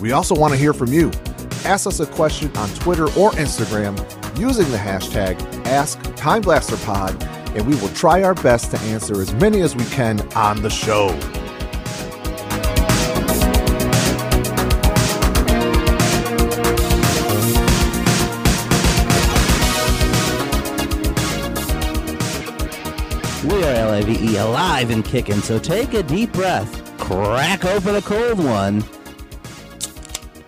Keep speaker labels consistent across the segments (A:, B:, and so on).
A: We also want to hear from you. Ask us a question on Twitter or Instagram using the hashtag AskTimeblasterPod, and we will try our best to answer as many as we can on the show.
B: We are LAVE E alive and kicking, so take a deep breath, crack open a cold one,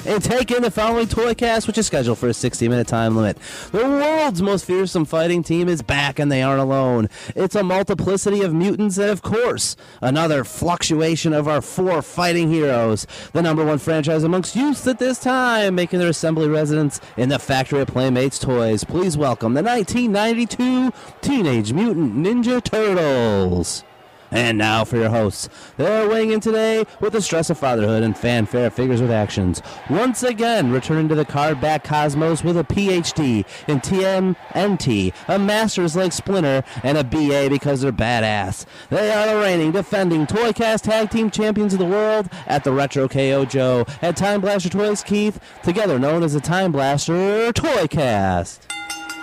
B: and take in the following toy cast, which is scheduled for a 60 minute time limit. The world's most fearsome fighting team is back, and they aren't alone. It's a multiplicity of mutants, and of course, another fluctuation of our four fighting heroes. The number one franchise amongst youths at this time, making their assembly residence in the factory of Playmates Toys. Please welcome the 1992 Teenage Mutant Ninja Turtles. And now for your hosts. They're weighing in today with the stress of fatherhood and fanfare figures with actions. Once again, returning to the card back cosmos with a PhD in TMNT, a master's like Splinter, and a BA because they're badass. They are the reigning, defending Toycast Tag Team Champions of the World at the Retro KO Joe, at Time Blaster Toys Keith, together known as the Time Blaster Toycast.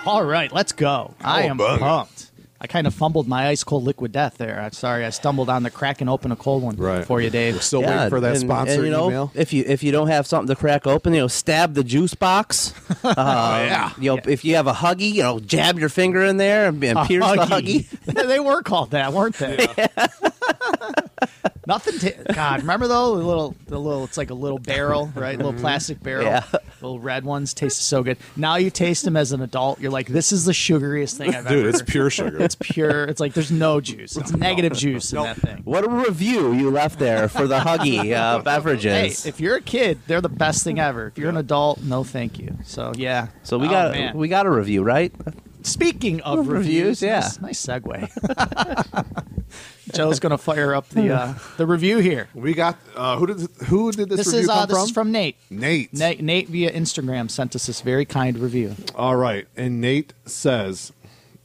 C: All right, let's go. I am pumped. I kind of fumbled my ice cold liquid death there. I'm sorry. I stumbled on the crack and open a cold one
A: Right.
C: for you, Dave.
A: Still waiting for that
B: and-
A: sponsor
B: and, you know,
A: email.
B: If you if you don't have something to crack open, you know, stab the juice box. Um, You know, if you have a huggy, you know, jab your finger in there and, and pierce
C: Huggy.
B: the huggy.
C: they were called that, weren't they? Nothing. To, God, remember though the little, the little. It's like a little barrel, right? little plastic barrel.
B: Yeah.
C: Little red ones tasted so good. Now you taste them as an adult, you're like, this is the sugariest thing I've
D: Dude,
C: ever.
D: it's pure sugar.
C: It's pure. It's like there's no juice. It's negative juice in that thing.
B: What a review you left there for the huggy uh,
C: Hey,
B: beverages.
C: if you're a kid, they're the best thing ever. If you're an adult, no thank you. So yeah.
B: so we
C: Oh,
B: got
C: man.
B: we got a review, right?
C: Speaking of
B: Reviews,
C: reviews,
B: yeah.
C: nice, nice segue. Joe's gonna fire up the uh, the review here.
A: We got uh, who did who did this,
C: This
A: review
C: is uh,
A: come
C: this
A: from?
C: is from Nate.
A: Nate.
C: Nate. Nate via Instagram sent us this very kind review.
A: All right, and Nate says,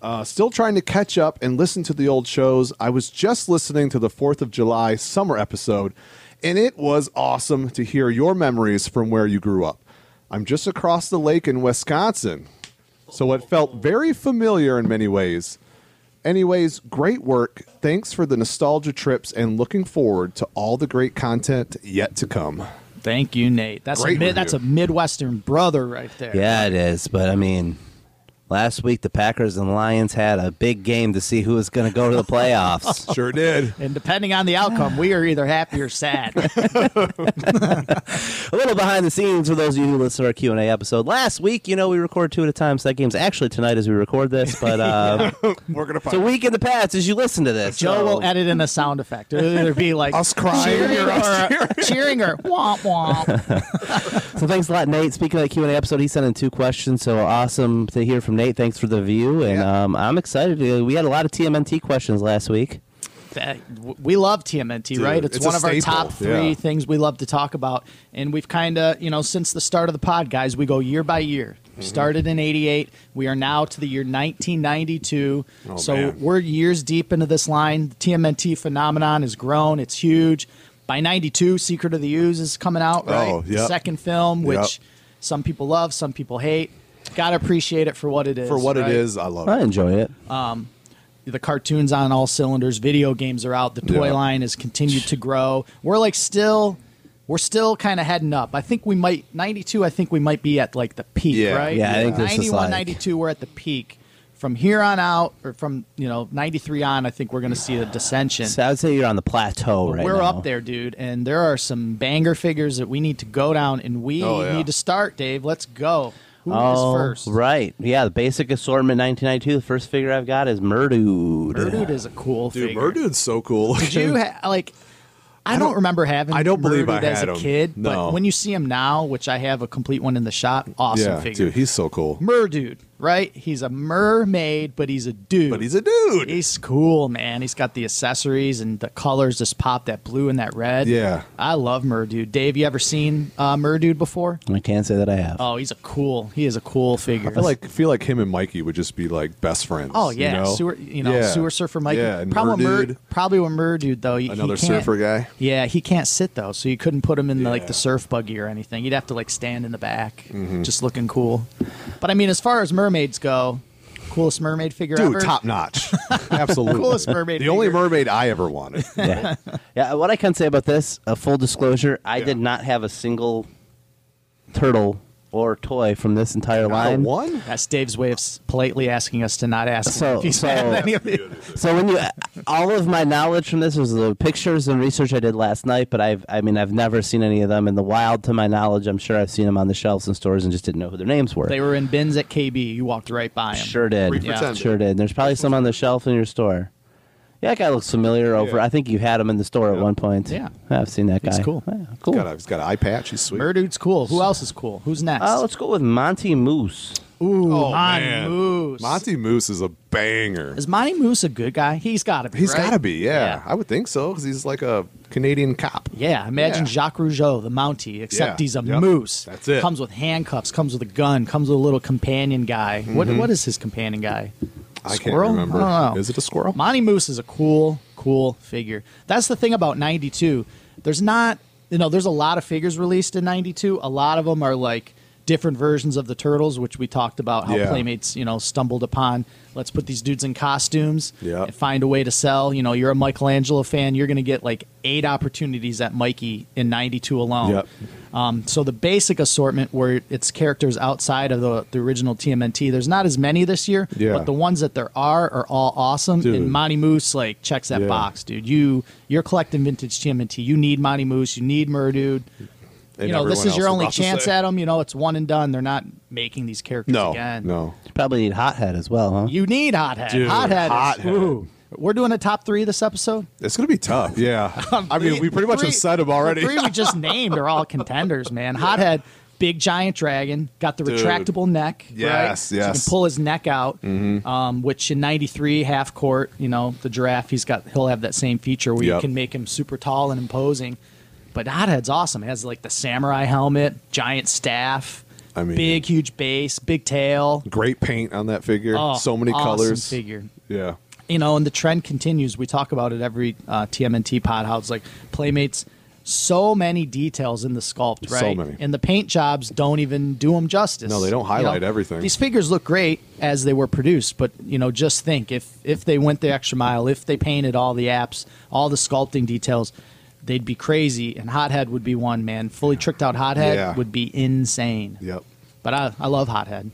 A: uh, still trying to catch up and listen to the old shows. I was just listening to the Fourth of July summer episode, and it was awesome to hear your memories from where you grew up. I'm just across the lake in Wisconsin, so it felt very familiar in many ways. Anyways, great work. Thanks for the nostalgia trips and looking forward to all the great content yet to come.
C: Thank you, Nate. That's
A: Great
C: a mid,
A: review.
C: that's a Midwestern brother right there.
B: Yeah, it is. But I mean, last week the Packers and Lions had a big game to see who was going to go to the playoffs.
D: Sure did.
C: And depending on the outcome, we are either happy or sad.
B: a little behind the scenes for those of you who listen to our q&a episode last week you know we record two at a time so that game's actually tonight as we record this but uh,
D: We're gonna
B: it's a
D: find
B: week in the past as you listen to this
C: Joe
B: so-
C: will edit in a sound effect. It'll either be like
A: Us crying
C: cheering
A: or us
C: or cheering or womp womp.
B: so thanks a lot nate speaking of the q&a episode he sent in two questions so awesome to hear from nate thanks for the view and um, i'm excited Uh, we had a lot of tmnt questions last week
C: That- we love TMNT, right? It's,
D: it's
C: one
D: a
C: of our
D: staple,
C: top three
D: yeah.
C: things we love to talk about. And we've kind of, you know, since the start of the pod, guys, we go year by year.
D: Mm-hmm.
C: We Started in 88. We are now to the year 1992. so
D: Oh, man.
C: we're years deep into this line. The TMNT phenomenon has grown, it's huge. By 92, Secret of the Ooze is coming out, right?
D: Oh,
C: The
D: yep.
C: second film, which
D: Yep.
C: some people love, some people hate. Gotta appreciate it for what it is.
D: for what
C: right?
D: it is. I love
B: i
D: it.
B: enjoy it
C: Um, the cartoons on all cylinders. Video games are out. The toy
D: Yeah.
C: line has continued to grow. We're like still we're still kind of heading up. I think we might 92. I think we might be at like the peak,
A: Yeah.
C: right?
B: Yeah, I think this is
C: 91,
B: like-
C: 92. We're at the peak. From here on out, or from you know 93 on, I think we're going to see a descension.
B: So I would say you're on the plateau right
C: we're
B: now.
C: up there, dude, and there are some banger figures that we need to go down, and we
A: Oh, yeah.
C: need to start, Dave. Let's go. Who is
B: All
C: first?
B: Oh, Right. Yeah, the basic assortment 1992. The first figure I've got is Murdude.
C: Murdude is a cool
A: Dude,
C: figure.
A: Murdude's so cool.
C: Did you ha- like? I, don't,
A: don't-
C: remember having.
A: I don't believe I
C: Murdude as
A: had
C: a
A: him.
C: kid,
A: No.
C: but when you see him now, which I have a complete one in the shop, awesome
A: yeah,
C: figure.
A: dude, he's so cool.
C: Murdude, right? He's a mermaid, but he's a dude.
A: But he's a dude.
C: He's cool, man. He's got the accessories and the colors just pop that blue and that red.
A: Yeah.
C: I love Murdude. Dave, you ever seen uh, Murdude before?
B: I can't say that I have.
C: Oh, he's a cool. He is a cool figure.
A: I feel like feel like him and Mikey would just be like best friends.
C: Oh yeah,
A: you know,
C: sewer. You know,
A: Yeah.
C: sewer surfer Mike.
A: Yeah, and
C: probably
A: Murdude,
C: Mur- probably with Murdude though. he- he
A: another
C: can't-
A: surfer guy.
C: Yeah, he can't sit though, so you couldn't put him in the, like
A: Yeah. Mm-hmm.
C: the surf buggy or anything. You'd have to like stand in the back, just looking cool. But I mean, as far as mermaids go, coolest mermaid figure
A: Dude,
C: ever.
A: top notch. Absolutely.
C: Coolest mermaid
A: The only
C: figure.
A: mermaid I ever wanted.
B: yeah. yeah. What I can say about this, a full disclosure, I did not have a single turtle or toy from this entire
A: Not a
B: line.
A: one?
C: That's Dave's way of s- politely asking us to not ask. him
B: So-
C: if he's
B: so-
C: had any of the-
B: So when you, all of my knowledge from this was the pictures and research I did last night. But I've, I mean, I've never seen any of them in the wild. To my knowledge, I'm sure I've seen them on the shelves in stores and just didn't know who their names were.
C: they were in bins at KB. You walked right by them.
B: Sure did.
A: Yeah. pretended.
B: Sure did. There's probably some on the shelf in your store. Yeah, that guy looks familiar. Over,
A: Yeah.
B: I think you had him in the store at one point.
C: Yeah.
B: I've seen that guy.
C: He's cool.
B: Yeah,
A: He's
B: cool.
A: got, a, he's got an eye patch. He's sweet.
C: Murdude's cool. Who else is cool? Who's next?
B: Uh, let's go with Monty Moose.
C: Ooh,
A: Oh,
C: Monty
A: man.
C: Moose.
A: Monty Moose is a banger.
C: Is Monty Moose a good guy? He's got to be.
A: He's
C: right?
A: got to be, yeah.
C: Yeah.
A: I would think so because he's like a Canadian cop.
C: Yeah, imagine
A: Yeah.
C: Jacques Rougeau, the Mountie, except
A: Yeah,
C: he's a
A: yep,
C: moose.
A: that's it.
C: Comes with handcuffs, comes with a gun, comes with a little companion guy. What
A: Mm-hmm.
C: what is his companion guy?
A: I can't
C: Squirrel?
A: remember.
C: I don't know.
A: Is it a squirrel?
C: Monty Moose is a cool, cool figure. That's the thing about 92. There's not, you know, there's a lot of figures released in 92. A lot of them are like different versions of the turtles, which we talked about how
A: Yeah.
C: Playmates, you know, stumbled upon. Let's put these dudes in costumes
A: Yeah.
C: and find a way to sell. You know, you're a Michelangelo fan, you're going to get like eight opportunities at Mikey in 92 alone.
A: Yep.
C: Um, so the basic assortment where it's characters outside of the, the original TMNT, there's not as many this year,
A: Yeah.
C: but the ones that there are are all awesome.
A: Dude.
C: And Monty Moose like checks that
A: Yeah.
C: box, dude. You you're collecting vintage TMNT. You need Monty Moose. You need Murdude.
A: And
C: you know this
A: everyone
C: is your
A: else
C: only
A: about to
C: chance
A: say.
C: at them. You know it's one and done. They're not making these characters
A: No,
C: again.
A: no.
B: You probably need Hothead as well, huh?
C: You need hothead.
A: Dude,
C: hothead. Is,
A: Hothead.
C: ooh. We're doing a top three this episode.
A: It's gonna be tough. Yeah, I mean,
C: The-
A: we pretty
C: the
A: much
C: three-
A: have said him already.
C: The three we just named are all contenders, man. Hothead, big giant dragon, got the
A: Dude.
C: retractable neck. right?
A: Yes,
C: So you can
A: yes. Mm-hmm.
C: pull his neck out. Um, which in '93 half court, you know, the giraffe, he's got he'll have that same feature where you
A: Yep.
C: can make him super tall and imposing. But Hothead's awesome. It has like the samurai helmet, giant staff,
A: I mean-
C: big huge base, big tail.
A: Great paint on that figure.
C: Oh,
A: so many
C: awesome
A: colors.
C: Figure
A: Yeah,
C: you know, and the trend continues. We talk about it every uh, TMNT pod how it's like playmates. So many details in the sculpt,
A: So
C: right?
A: many.
C: And the paint jobs don't even do them justice.
A: No, they don't highlight everything.
C: These figures look great as they were produced, but you know, just think if if they went the extra mile, if they painted all the apps, all the sculpting details, they'd be crazy. And Hothead would be one man. Fully tricked out Hothead
A: Yeah.
C: would be insane.
A: yep.
C: But I, I love Hothead.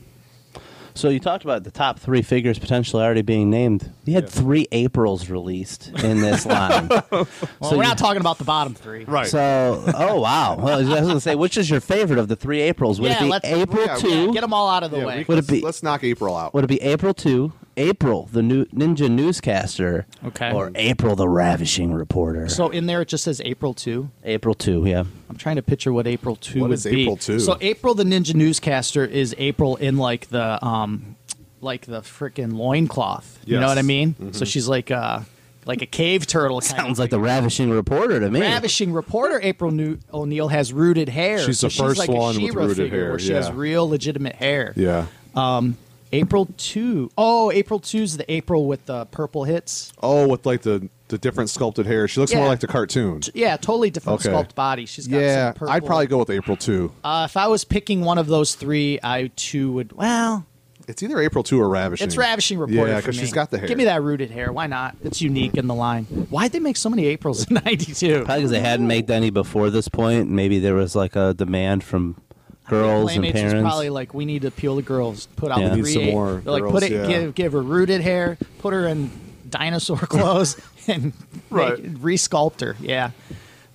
B: So you talked about the top three figures potentially already being named. We had three Aprils released in this line.
C: Well,
B: So
C: we're
B: you-
C: not talking about the bottom three,
A: Right.
B: So, oh wow. Well, I was going to say, which is your favorite of the three Aprils? Would
C: Yeah,
B: it
C: let's-
B: be April
A: yeah,
B: two?
C: Get them all out of the
A: yeah,
C: way.
A: we-
B: Would it
A: let's,
B: be-
A: let's knock April out.
B: Would it be April two? April, the new ninja newscaster,
C: Okay.
B: or April, the ravishing reporter?
C: So in there it just says April 2.
B: April two, yeah.
C: I'm trying to picture what April 2
A: What
C: would
A: is
C: be.
A: April 2?
C: So April the Ninja Newscaster is April in like the um like the freaking loincloth. You know
A: Yes. Mm-hmm.
C: what I mean? So she's like uh like a cave turtle kind
B: Sounds
C: of
B: like the ravishing reporter to me.
C: ravishing reporter April New- O'Neill has rooted hair.
A: She's the first
C: like a
A: one with
C: She-Ra
A: rooted
C: figure
A: hair,
C: Where she has
A: yeah.
C: real legitimate hair.
A: yeah.
C: April 2. Oh, April 2 is the April with the purple hits.
A: Oh, with like the the different sculpted hair. She looks
C: Yeah.
A: more like the cartoon.
C: Yeah, totally different
A: Okay.
C: sculpt body. She's got
A: Yeah,
C: some purple.
A: I'd probably go with April too.
C: Uh, if I was picking one of those three, I too would. Well,
D: It's either April 2 or Ravishing.
C: It's Ravishing Reporter.
D: Yeah,
C: for
D: because
C: me.
D: she's got the hair.
C: Give me that rooted hair. Why not? It's unique in the line. Why'd they make so many Aprils in '92?
B: Probably because they hadn't made any before this point. Maybe there was like a demand from girls and
C: Playmates was
B: parents.
C: probably like, we need to peel the girls, put out
B: Yeah.
C: the
B: We
D: need
C: three.
D: some
C: eight-
D: more
C: They're like,
D: girls,
C: put it,
D: yeah.
C: give, give her rooted hair, put her in dinosaur clothes, and
D: Right.
C: make, re-sculpt her. Yeah.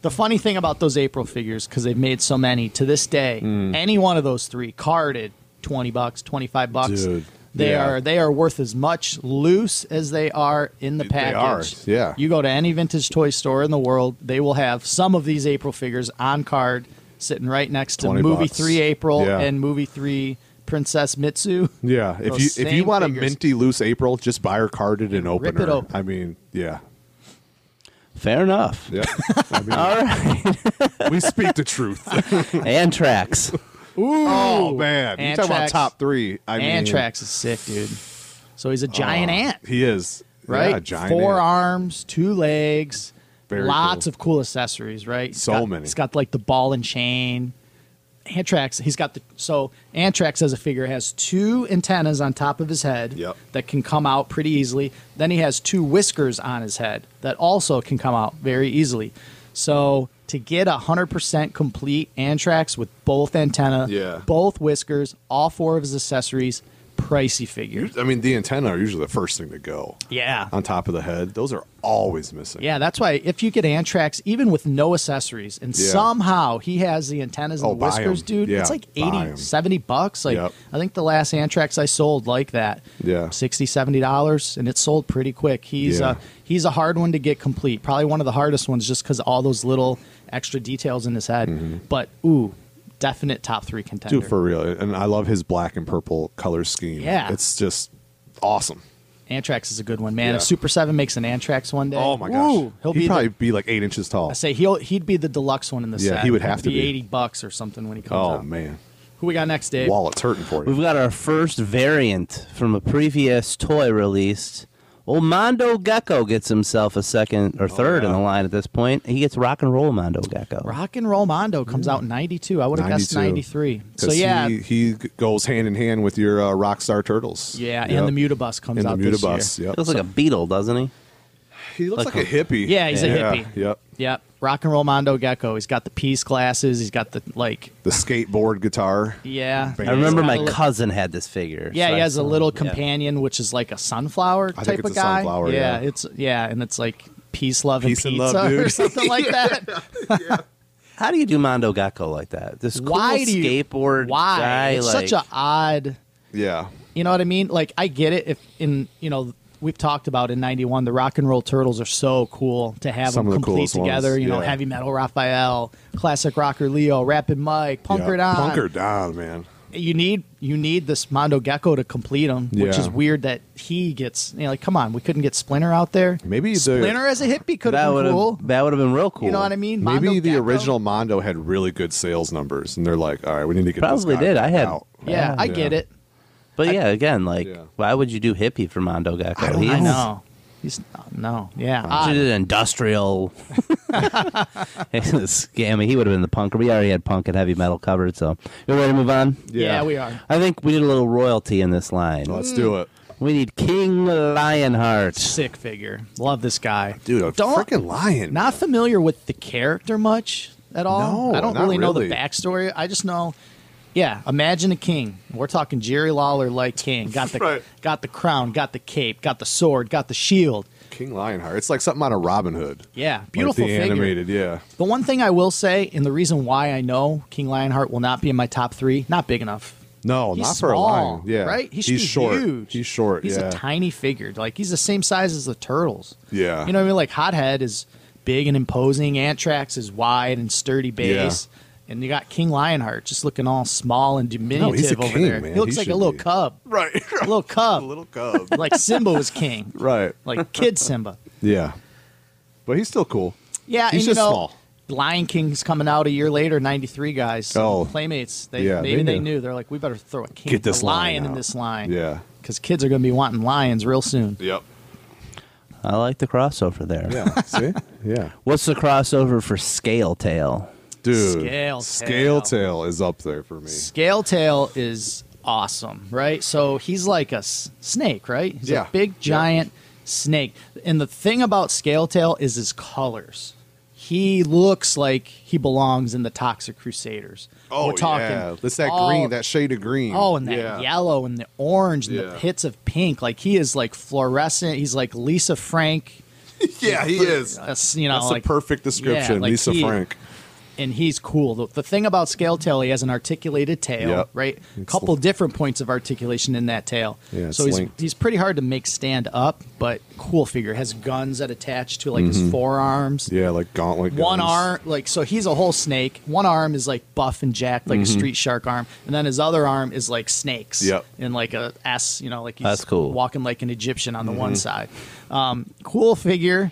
C: The funny thing about those April figures, because they've made so many to this day,
D: Mm.
C: any one of those three carded twenty bucks, twenty five bucks.
D: Dude,
C: They
D: yeah.
C: are they are worth as much loose as they are in the
D: They are,
C: package.
D: yeah.
C: You go to any vintage toy store in the world, they will have some of these April figures on card sitting right next to
D: 20
C: movie
D: bucks.
C: 3 April
D: Yeah.
C: and movie 3 Princess Mitsu.
D: Yeah, if
C: Those
D: you if you
C: same
D: want a
C: figures.
D: minty loose April, just buy her carded and open
C: Rip
D: her.
C: it open.
D: I mean, yeah,
B: Fair enough.
D: yeah. I mean,
B: All right.
D: we speak the truth.
B: and tracks.
D: oh man, you talk about
C: Antrax.
D: top three. I mean, uh,
C: Antrax is sick, dude. So he's a giant ant,
D: He is
C: right?
D: Yeah, a giant
C: Four
D: ant.
C: arms, two legs,
D: Very
C: lots
D: cool.
C: of cool accessories, right? He's
D: So
C: got-
D: many.
C: He's got like the ball and chain. Antrax, he's got the so Antrax as a figure has two antennas on top of his head
D: Yep.
C: that can come out pretty easily. Then he has two whiskers on his head that also can come out very easily. So to get a hundred percent complete Antrax with both antenna,
D: Yeah.
C: both whiskers, all four of his accessories, pricey figure.
D: I mean, the antenna are usually the first thing to go
C: Yeah.
D: on top of the head. Those are always missing.
C: Yeah, that's why if you get Antrax, even with no accessories, and
D: Yeah.
C: somehow he has the antennas and
D: Oh,
C: the
D: buy 'em.
C: whiskers, dude,
D: Yeah,
C: it's like
D: buy 'em.
C: 80, 70 bucks. Like,
D: Yep.
C: I think the last Antrax I sold like that,
D: Yeah.
C: 60, 70 dollars, and it sold pretty quick. He's,
D: Yeah.
C: uh, he's a hard one to get complete. Probably one of the hardest ones just because all those little extra details in his head. But, ooh, definite top three contender.
D: Mm-hmm. dude, for real. And I love his black and purple color scheme.
C: Yeah.
D: it's just awesome.
C: Antrax is a good one, man.
D: Yeah.
C: If Super 7 makes an Antrax one day,
D: Oh my gosh,
C: ooh, he'll
D: he'd
C: be the-
D: probably be like eight inches tall.
C: I say he'll he'd be the deluxe one in the
D: Yeah,
C: set.
D: he would have to be.
C: eighty bucks or something when he comes
D: Oh
C: out.
D: man,
C: Who we got next, Dave?
D: wallet's hurting for
B: We've
D: you.
B: got our first variant from a previous toy released. Well, Mondo Gecko gets himself a second or third in
D: Oh, yeah.
B: the line at this point. He gets rock and roll Mondo Gecko.
C: Rock and Roll Mondo comes out in '92. I would have guessed
D: 92.
C: '93. So
D: 'Cause
C: yeah,
D: he, he g- goes hand in hand with your uh, Rockstar Turtles.
C: yeah, and
D: Yep.
C: the Mutabus comes
D: and the
C: out this
D: Mutabus.
C: year.
D: Yep.
B: Looks like a beetle, doesn't he?
D: He looks like,
B: like
D: a hippie.
C: Yeah, he's a
D: Yeah,
C: hippie.
D: Yep.
C: Yep, Rock and Roll Mondo Gecko. He's got the peace glasses. He's got the like.
D: The skateboard guitar.
C: Yeah,
D: I
B: I remember
C: He's
B: my
C: got a li-
B: cousin had this figure.
C: Yeah,
B: so
C: he
B: I
C: has a
B: saw-
C: little
B: yeah.
C: companion, which is like a sunflower
D: I think
C: type
D: it's
C: of
D: a
C: guy.
D: sunflower, yeah.
C: it's yeah, and it's like peace, love,
D: Peace
C: and
D: and
C: pizza
D: love,
C: or
D: dude.
C: something like that.
B: How do you do Mondo Gecko like that? This cool
C: Why do you,
B: skateboard
C: Why
B: guy.
C: it's
B: like,
C: such a odd.
D: Yeah.
C: You know what I mean? Like I get it if in you know we've talked about in 91 the rock and roll turtles are so cool to have
D: Some of
C: them
D: the
C: complete
D: coolest ones,
C: together, you know,
D: yeah.
C: heavy metal Raphael, classic rocker Leo, rapid Mike, punker
D: yeah.
C: Don.
D: Punker Don, man.
C: You need you need this Mondo Gecko to complete them, which
D: Yeah.
C: is weird that he gets you know like come on, we couldn't get Splinter out there.
D: Maybe the-
C: Splinter as a hippie could
B: that
C: have
B: would
C: been
B: have
C: cool.
B: that would have been real cool.
C: You know what I mean?
D: Maybe
C: Mondo
D: the
C: Gecko.
D: original Mondo had really good sales numbers, and they're like, all right, we need to get this
B: Probably
D: guy
B: did. I had-
D: out.
C: Yeah, I
D: Yeah.
C: get it.
B: But yeah, again, like,
D: Yeah.
B: why would you do hippie for Mondo Gecko?
D: I don't
B: He's-
C: I know. He's no, yeah.
B: Should
C: odd.
B: have did industrial. Scammy. He would have been the punker. We already had punk and heavy metal covered, so you ready to move on?
C: yeah, we are.
B: I think we need a little royalty in this line.
C: Mm.
D: Let's do it.
B: We need King Lionheart.
C: sick figure. Love this guy,
D: Dude, a
C: Don't
D: freaking lion.
C: not familiar with the character much at all.
D: No,
C: I don't
D: not
C: really, know the
D: really.
C: backstory. I just know, yeah. Imagine a king. We're talking Jerry Lawler like king. Got the
D: Right.
C: got the crown, got the cape, got the sword, got the shield.
D: King Lionheart. It's like something out of Robin Hood.
C: Yeah, beautiful
D: like the
C: figure.
D: animated, yeah.
C: The one thing I will say, and the reason why I know King Lionheart will not be in my top three, not big enough.
D: No,
C: He's
D: not
C: small,
D: for a lion. Yeah,
C: right. He should
D: he's
C: be
D: short.
C: Huge.
D: He's short.
C: He's
D: yeah.
C: a tiny figure. Like he's the same size as the turtles.
D: Yeah.
C: You know what I mean? Like Hothead is big and imposing. Anthrax is wide and sturdy base. And you got King Lionheart just looking all small and diminutive
D: No, he's a
C: over
D: king,
C: there.
D: man.
C: He looks
D: He
C: like a
D: should
C: little
D: be.
C: cub.
D: Right.
C: A little cub.
D: little cub.
C: like Simba was king.
D: right.
C: Like kid Simba.
D: Yeah. But he's still cool.
C: Yeah,
D: He's
C: and
D: just
C: you know,
D: small.
C: Lion King's coming out a year later, '93 guys. So
D: Oh.
C: playmates. They
D: Yeah,
C: maybe
D: they
C: they
D: knew.
C: knew. They're like, we better throw a king,
D: Get this
C: a lion
D: lion
C: in
D: out.
C: this line.
D: Yeah.
C: because kids are going to be wanting lions real soon.
D: Yep.
B: I like the crossover there.
D: Yeah. See? Yeah.
B: What's the crossover for Scale Tail?
D: Dude.
C: Scale Tail.
D: Scale Tail is up there for me.
C: Scale Tail is awesome, right? So he's like a s- snake, right? He's
A: Yeah.
C: a big
A: Yeah.
C: giant snake. And the thing about Scaletail is his colors. He looks like he belongs in the Toxic Crusaders. We're talking
A: Oh, yeah, it's that
C: all-
A: green, that shade of green.
C: Oh, and that
A: yeah.
C: yellow and the orange and
A: Yeah.
C: the pits of pink. Like he is like fluorescent. He's like Lisa Frank.
A: yeah, he is.
C: uh, s- you know,
A: That's
C: like
A: a perfect description,
C: yeah, like
A: Lisa
C: he-
A: Frank.
C: and he's cool. The, the thing about Scale Tail, he has an articulated tail,
A: Yep.
C: right? A
A: It's
C: couple different points of articulation in that tail.
A: Yeah, it's
C: so he's,
A: linked.
C: he's pretty hard to make stand up, but cool figure. Has guns that attach to like his forearms.
A: Mm-hmm. Yeah, like gauntlet.
C: One
A: guns.
C: arm, like, so he's a whole snake. One arm is like buff and jacked, like a street shark arm. And then his other arm is like snakes.
A: Yep.
C: And like a S, you know, like he's
B: That's cool.
C: walking like an Egyptian on the one side. Um, cool figure.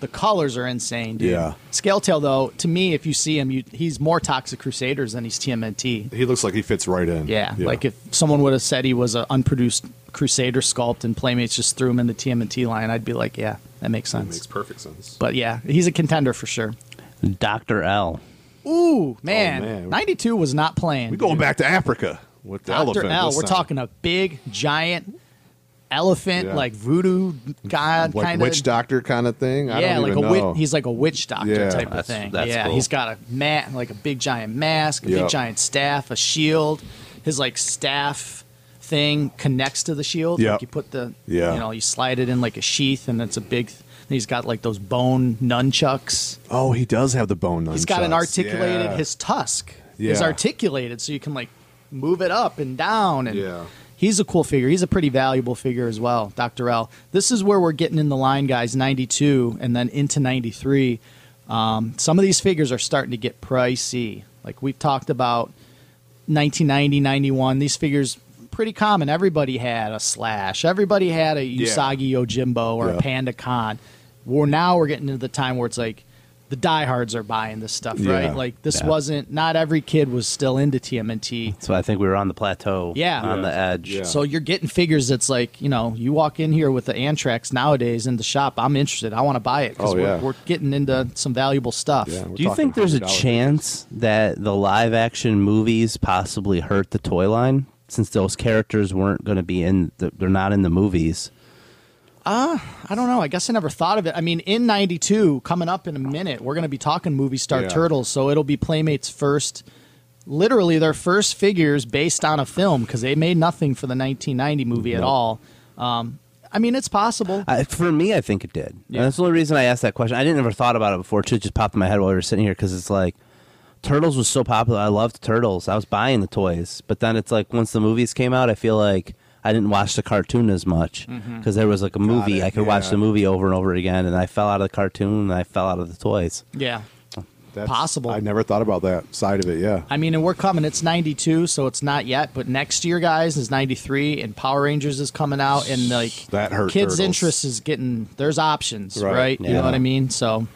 C: The colors are insane, dude.
A: Yeah.
C: Scaletail, though, to me, if you see him, you, he's more Toxic Crusaders than he's TMNT.
A: He looks like he fits right in.
C: Yeah, Like if someone would have said he was an unproduced Crusader sculpt and Playmates just threw him in the TMNT line, I'd be like, yeah, that makes
A: It
C: sense.
A: makes perfect sense.
C: but yeah, he's a contender for sure.
B: Dr. L.
C: Ooh, man.
A: Oh, man.
C: 92 was not playing.
A: We're going back to Africa with the
C: Dr.
A: elephant.
C: L,
A: this
C: we're
A: time.
C: talking a big, giant elephant,
A: Yeah.
C: like voodoo god
A: like
C: kind of.
A: witch doctor kind of thing. I
C: yeah,
A: don't
C: like
A: even
C: a witch.
A: know.
C: He's like a witch doctor
A: Yeah.
C: type of
B: That's-
C: thing.
B: that's
C: yeah,
B: cool.
C: he's got a mat, like a big giant mask, a
A: Yep.
C: big giant staff, a shield. His like staff thing connects to the shield.
A: Yep.
C: Like you put the,
A: Yeah.
C: you know, you slide it in like a sheath, and it's a big. And he's got like those bone nunchucks.
A: oh, he does have the bone.
C: He's got an
A: nunchucks.
C: articulated
A: Yeah.
C: his tusk is
A: Yeah.
C: articulated so you can like move it up and down and
A: Yeah.
C: he's a cool figure he's a pretty valuable figure as well dr l this is where we're getting in the line guys 92 and then into 93 um, some of these figures are starting to get pricey like we've talked about 1990 91 these figures pretty common everybody had a slash everybody had a usagi yojimbo or
A: Yeah.
C: a panda con we're now we're getting into the time where it's like the diehards are buying this stuff
A: Yeah.
C: right like this
B: Yeah.
C: wasn't not every kid was still into tmnt
B: So I think we were on the plateau.
C: Yeah.
B: On the edge.
A: Yeah.
C: so you're getting figures that's like you know you walk in here with the anthrax nowadays in the shop i'm interested i want to buy it because
A: Oh,
C: we're,
A: yeah.
C: we're getting into some valuable stuff
A: Yeah, we're
B: Do you
A: talking
B: think there's a
A: $100.
B: chance that the live action movies possibly hurt the toy line since those characters weren't going to be in, the, they're not in the movies?
C: I don't know. I guess I never thought of it. I mean, in '92, coming up in a minute, we're going to be talking movie Star
A: Yeah.
C: Turtles, so it'll be Playmates' first, literally their first figures based on a film because they made nothing for the 1990 movie at all. Um, I mean, it's possible.
B: I, for me, I think it did. And
C: Yeah.
B: that's the only reason I asked that question. I didn't ever thought about it before. too. It just popped in my head while we were sitting here because it's like Turtles was so popular. I loved Turtles. I was buying the toys, but then it's like once the movies came out, I feel like I didn't watch the cartoon as much because there was like a movie
A: Mm-hmm. it,
B: I could watch
A: yeah.
B: the movie over and over again, and I fell out of the cartoon and I fell out of the toys.
C: yeah.
A: That's-
C: Possible.
A: I never thought about that side of it. Yeah.
C: I mean, and we're coming. It's 92, so it's not yet. But next year, guys, is 93, and Power Rangers is coming out, and like
A: That hurt
C: kids'
A: turtles.
C: interest is getting. There's options,
A: Right.
C: right? You
B: Yeah.
C: know what I mean? So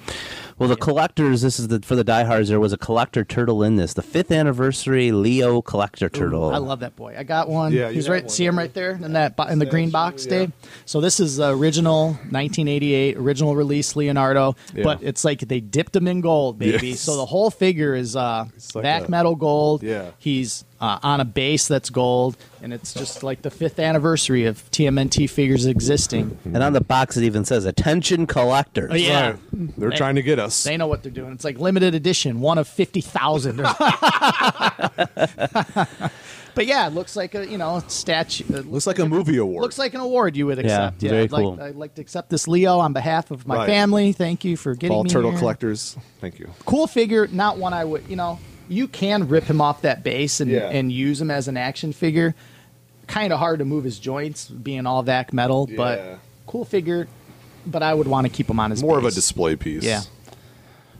B: Well, the collectors. This is the for the diehards. There was a collector turtle in this, the fifth anniversary Leo collector turtle.
C: I love that boy. I got one.
A: Yeah, you
C: he's
A: have
C: right.
A: one,
C: see him
A: don't
C: right there in that bo- in the green
A: statue,
C: box,
A: yeah.
C: Dave. So this is the original 1988 original release Leonardo,
A: Yeah.
C: but it's like they dipped him in gold, baby.
A: Yes.
C: So the whole figure is uh,
A: It's like
C: back
A: a-
C: metal gold.
A: Yeah.
C: he's uh, on a base that's gold, and it's just like the fifth anniversary of TMNT figures existing.
B: And on the box, it even says "Attention collectors."
C: Oh, yeah.
A: Right. They're
C: They-
A: trying to get us.
C: They know what they're doing. It's like limited edition, one of fifty thousand. but yeah, it looks like a you know statue. It
A: Looks like a movie award.
C: Looks like an award you would accept. Yeah,
B: very
C: I'd, like,
B: cool.
C: I'd like to accept this Leo on behalf of my
A: Right.
C: family. Thank you for getting
A: all
C: me
A: turtle
C: here.
A: collectors. Thank you.
C: Cool figure, not one I would. You know, you can rip him off that base and
A: Yeah.
C: and use him as an action figure. Kind of hard to move his joints, being all vac metal,
A: Yeah.
C: but cool figure. But I would want to keep him on his
A: More of a
C: base.
A: display piece.
C: Yeah.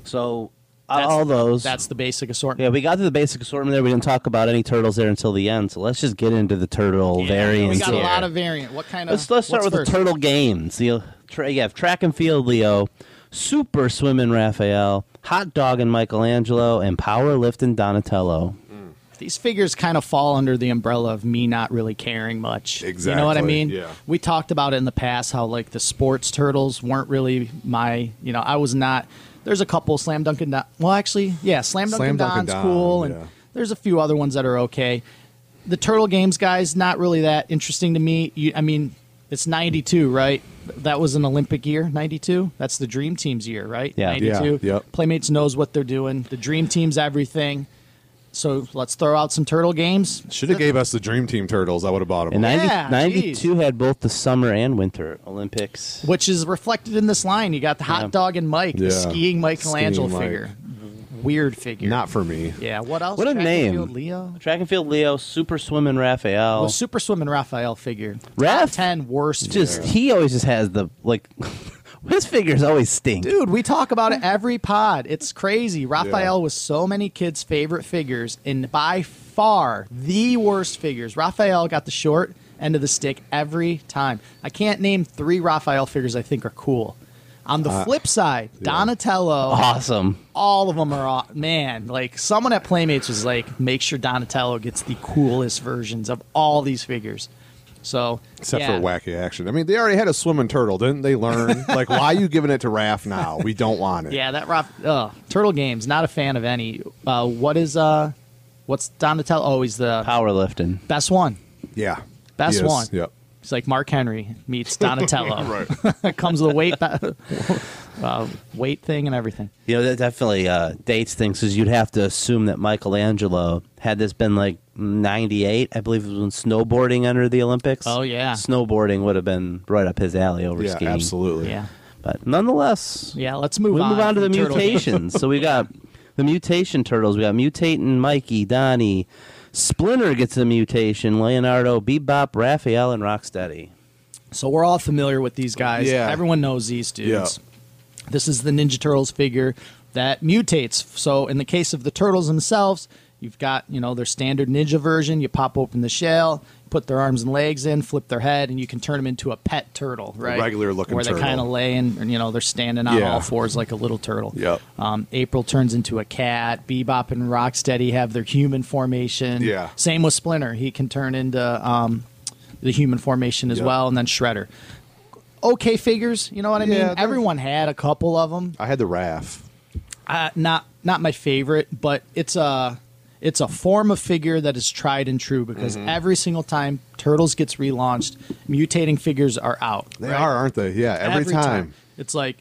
B: So
C: That's-
B: all those.
C: That's the basic
B: yeah,
C: assortment.
B: we got to the basic assortment there. We didn't talk about any turtles there until the end. So let's just get into the turtle variants.
C: We got a
B: here.
C: lot of variant. What kind of?
B: Let's let's start
C: what's
B: with
C: first?
B: the turtle games. You tra- you have track and field Leo, super swimming Raphael, hot dog and Michelangelo, and power lifting Donatello.
C: these figures kind of fall under the umbrella of me not really caring much. You know what I
A: Exactly,
C: mean?
A: yeah.
C: We talked about it in the past how like the sports turtles weren't really my, you know, I was not there's a couple slam dunk and Don, well actually, yeah, slam dunk
A: Slam
C: and
A: Dunk
C: Don's
A: and Don,
C: cool
A: yeah.
C: and there's a few other ones that are okay. the Turtle Games guys not really that interesting to me. You, I mean, it's '92, right? That was an Olympic year, '92. That's the Dream Team's year, right?
B: Yeah. Yeah,
C: '92.
D: yep.
C: Playmates knows what they're doing. The Dream Team's everything. So let's throw out some Turtle Games.
D: Should have gave us the Dream Team Turtles. I would have bought
B: And
D: them.
B: 90,
C: Yeah,
B: 92 had both the summer and winter Olympics.
C: which is reflected in this line. You got the hot
B: Yeah.
C: dog and Mike, the
D: Yeah.
C: skiing Michelangelo
D: Skiing Mike.
C: figure. Weird figure.
D: Not for me.
C: Yeah. What else?
B: What a
C: Track and
B: name.
C: field, Leo.
B: Track and field Leo, super swimming
C: Oh,
B: Raphael.
C: Super Swim and Raphael figure.
B: Raph?
C: Top ten worst.
B: just
C: figure.
B: he always just has the like his figures always stink.
C: dude, we talk about it every pod. It's crazy. Raphael was so many kids' favorite figures, and by far the worst figures. Raphael got the short end of the stick every time. I can't name three Raphael figures I think are cool. On the
D: Uh,
C: flip side, Donatello.
B: Awesome.
C: all of them are aw- man like someone at playmates was like make sure donatello gets the coolest versions of all these figures so
D: Except
C: yeah.
D: for wacky action. I mean, they already had a swimming turtle, didn't they? Learn like why are you giving it to Raph now? We don't want it.
C: yeah that rough uh turtle games not a fan of any uh what is uh what's donatello oh he's the
B: Powerlifting.
C: best one
D: yeah.
C: Best
D: Yes.
C: one.
D: Yep.
C: he's like mark henry meets donatello right comes with a weight ba- uh, weight thing and everything
B: You know, that definitely uh, dates things because you'd have to assume that Michelangelo, had this been like 98, I believe it was when snowboarding entered the Olympics.
C: Oh, yeah.
B: Snowboarding would have been right up his alley over
D: Yeah.
B: skiing.
D: Absolutely.
C: yeah
B: But nonetheless,
C: yeah let's move
B: we
C: on
B: move on to the
C: from Turtle Games.
B: mutations. so we got the mutation turtles. We got mutating Mikey, Donnie. Splinter gets a mutation. Leonardo, Bebop, Raphael, and Rocksteady.
C: So we're all familiar with these guys.
D: Yeah.
C: Everyone knows these dudes. This is the Ninja Turtles figure that mutates. So in the case of the turtles themselves, you've got, you know, their standard ninja version. You pop open the shell, put their arms and legs in, flip their head, and you can turn them into a pet turtle, right?
D: regular looking
C: Where
D: turtle.
C: they kind of lay and, and, you know, they're standing on
D: Yeah.
C: all fours like a little turtle.
D: Yep.
C: Um, April turns into a cat. Bebop and Rocksteady have their human formation.
D: Yeah.
C: Same with Splinter. He can turn into um, the human formation as
D: Yep.
C: well, and then Shredder. Okay, figures. You know what I
D: Yeah,
C: mean.
D: they're-
C: Everyone had a couple of them.
D: I had the Raph.
C: Uh, not not my favorite, but it's a it's a form of figure that is tried and true because
D: Mm-hmm.
C: every single time Turtles gets relaunched, mutating figures are out.
D: They
C: right?
D: are, aren't they? Yeah. Every, time.
C: It's like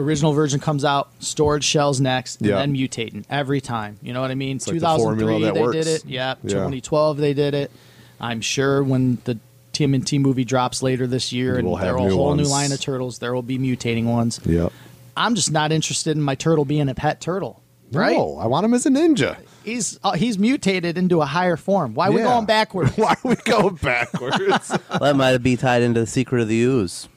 C: original version comes out, storage shells next, and
D: Yeah.
C: then mutating every time. You know what I mean?
D: like the formula that
C: they
D: works.
C: did it. Yeah,
D: Yeah.
C: 2012 they did it. I'm sure when the TMNT movie drops later this year and
D: We'll have
C: there will a
D: new
C: whole new
D: ones.
C: line of turtles, there will be mutating ones.
D: Yep.
C: I'm just not interested in my turtle being a pet turtle. Right?
D: No, I want him as a ninja.
C: He's uh, he's mutated into a higher form. Why are we
D: Yeah.
C: going backwards?
D: Why are we going backwards?
B: that might be tied into the Secret of the Ooze.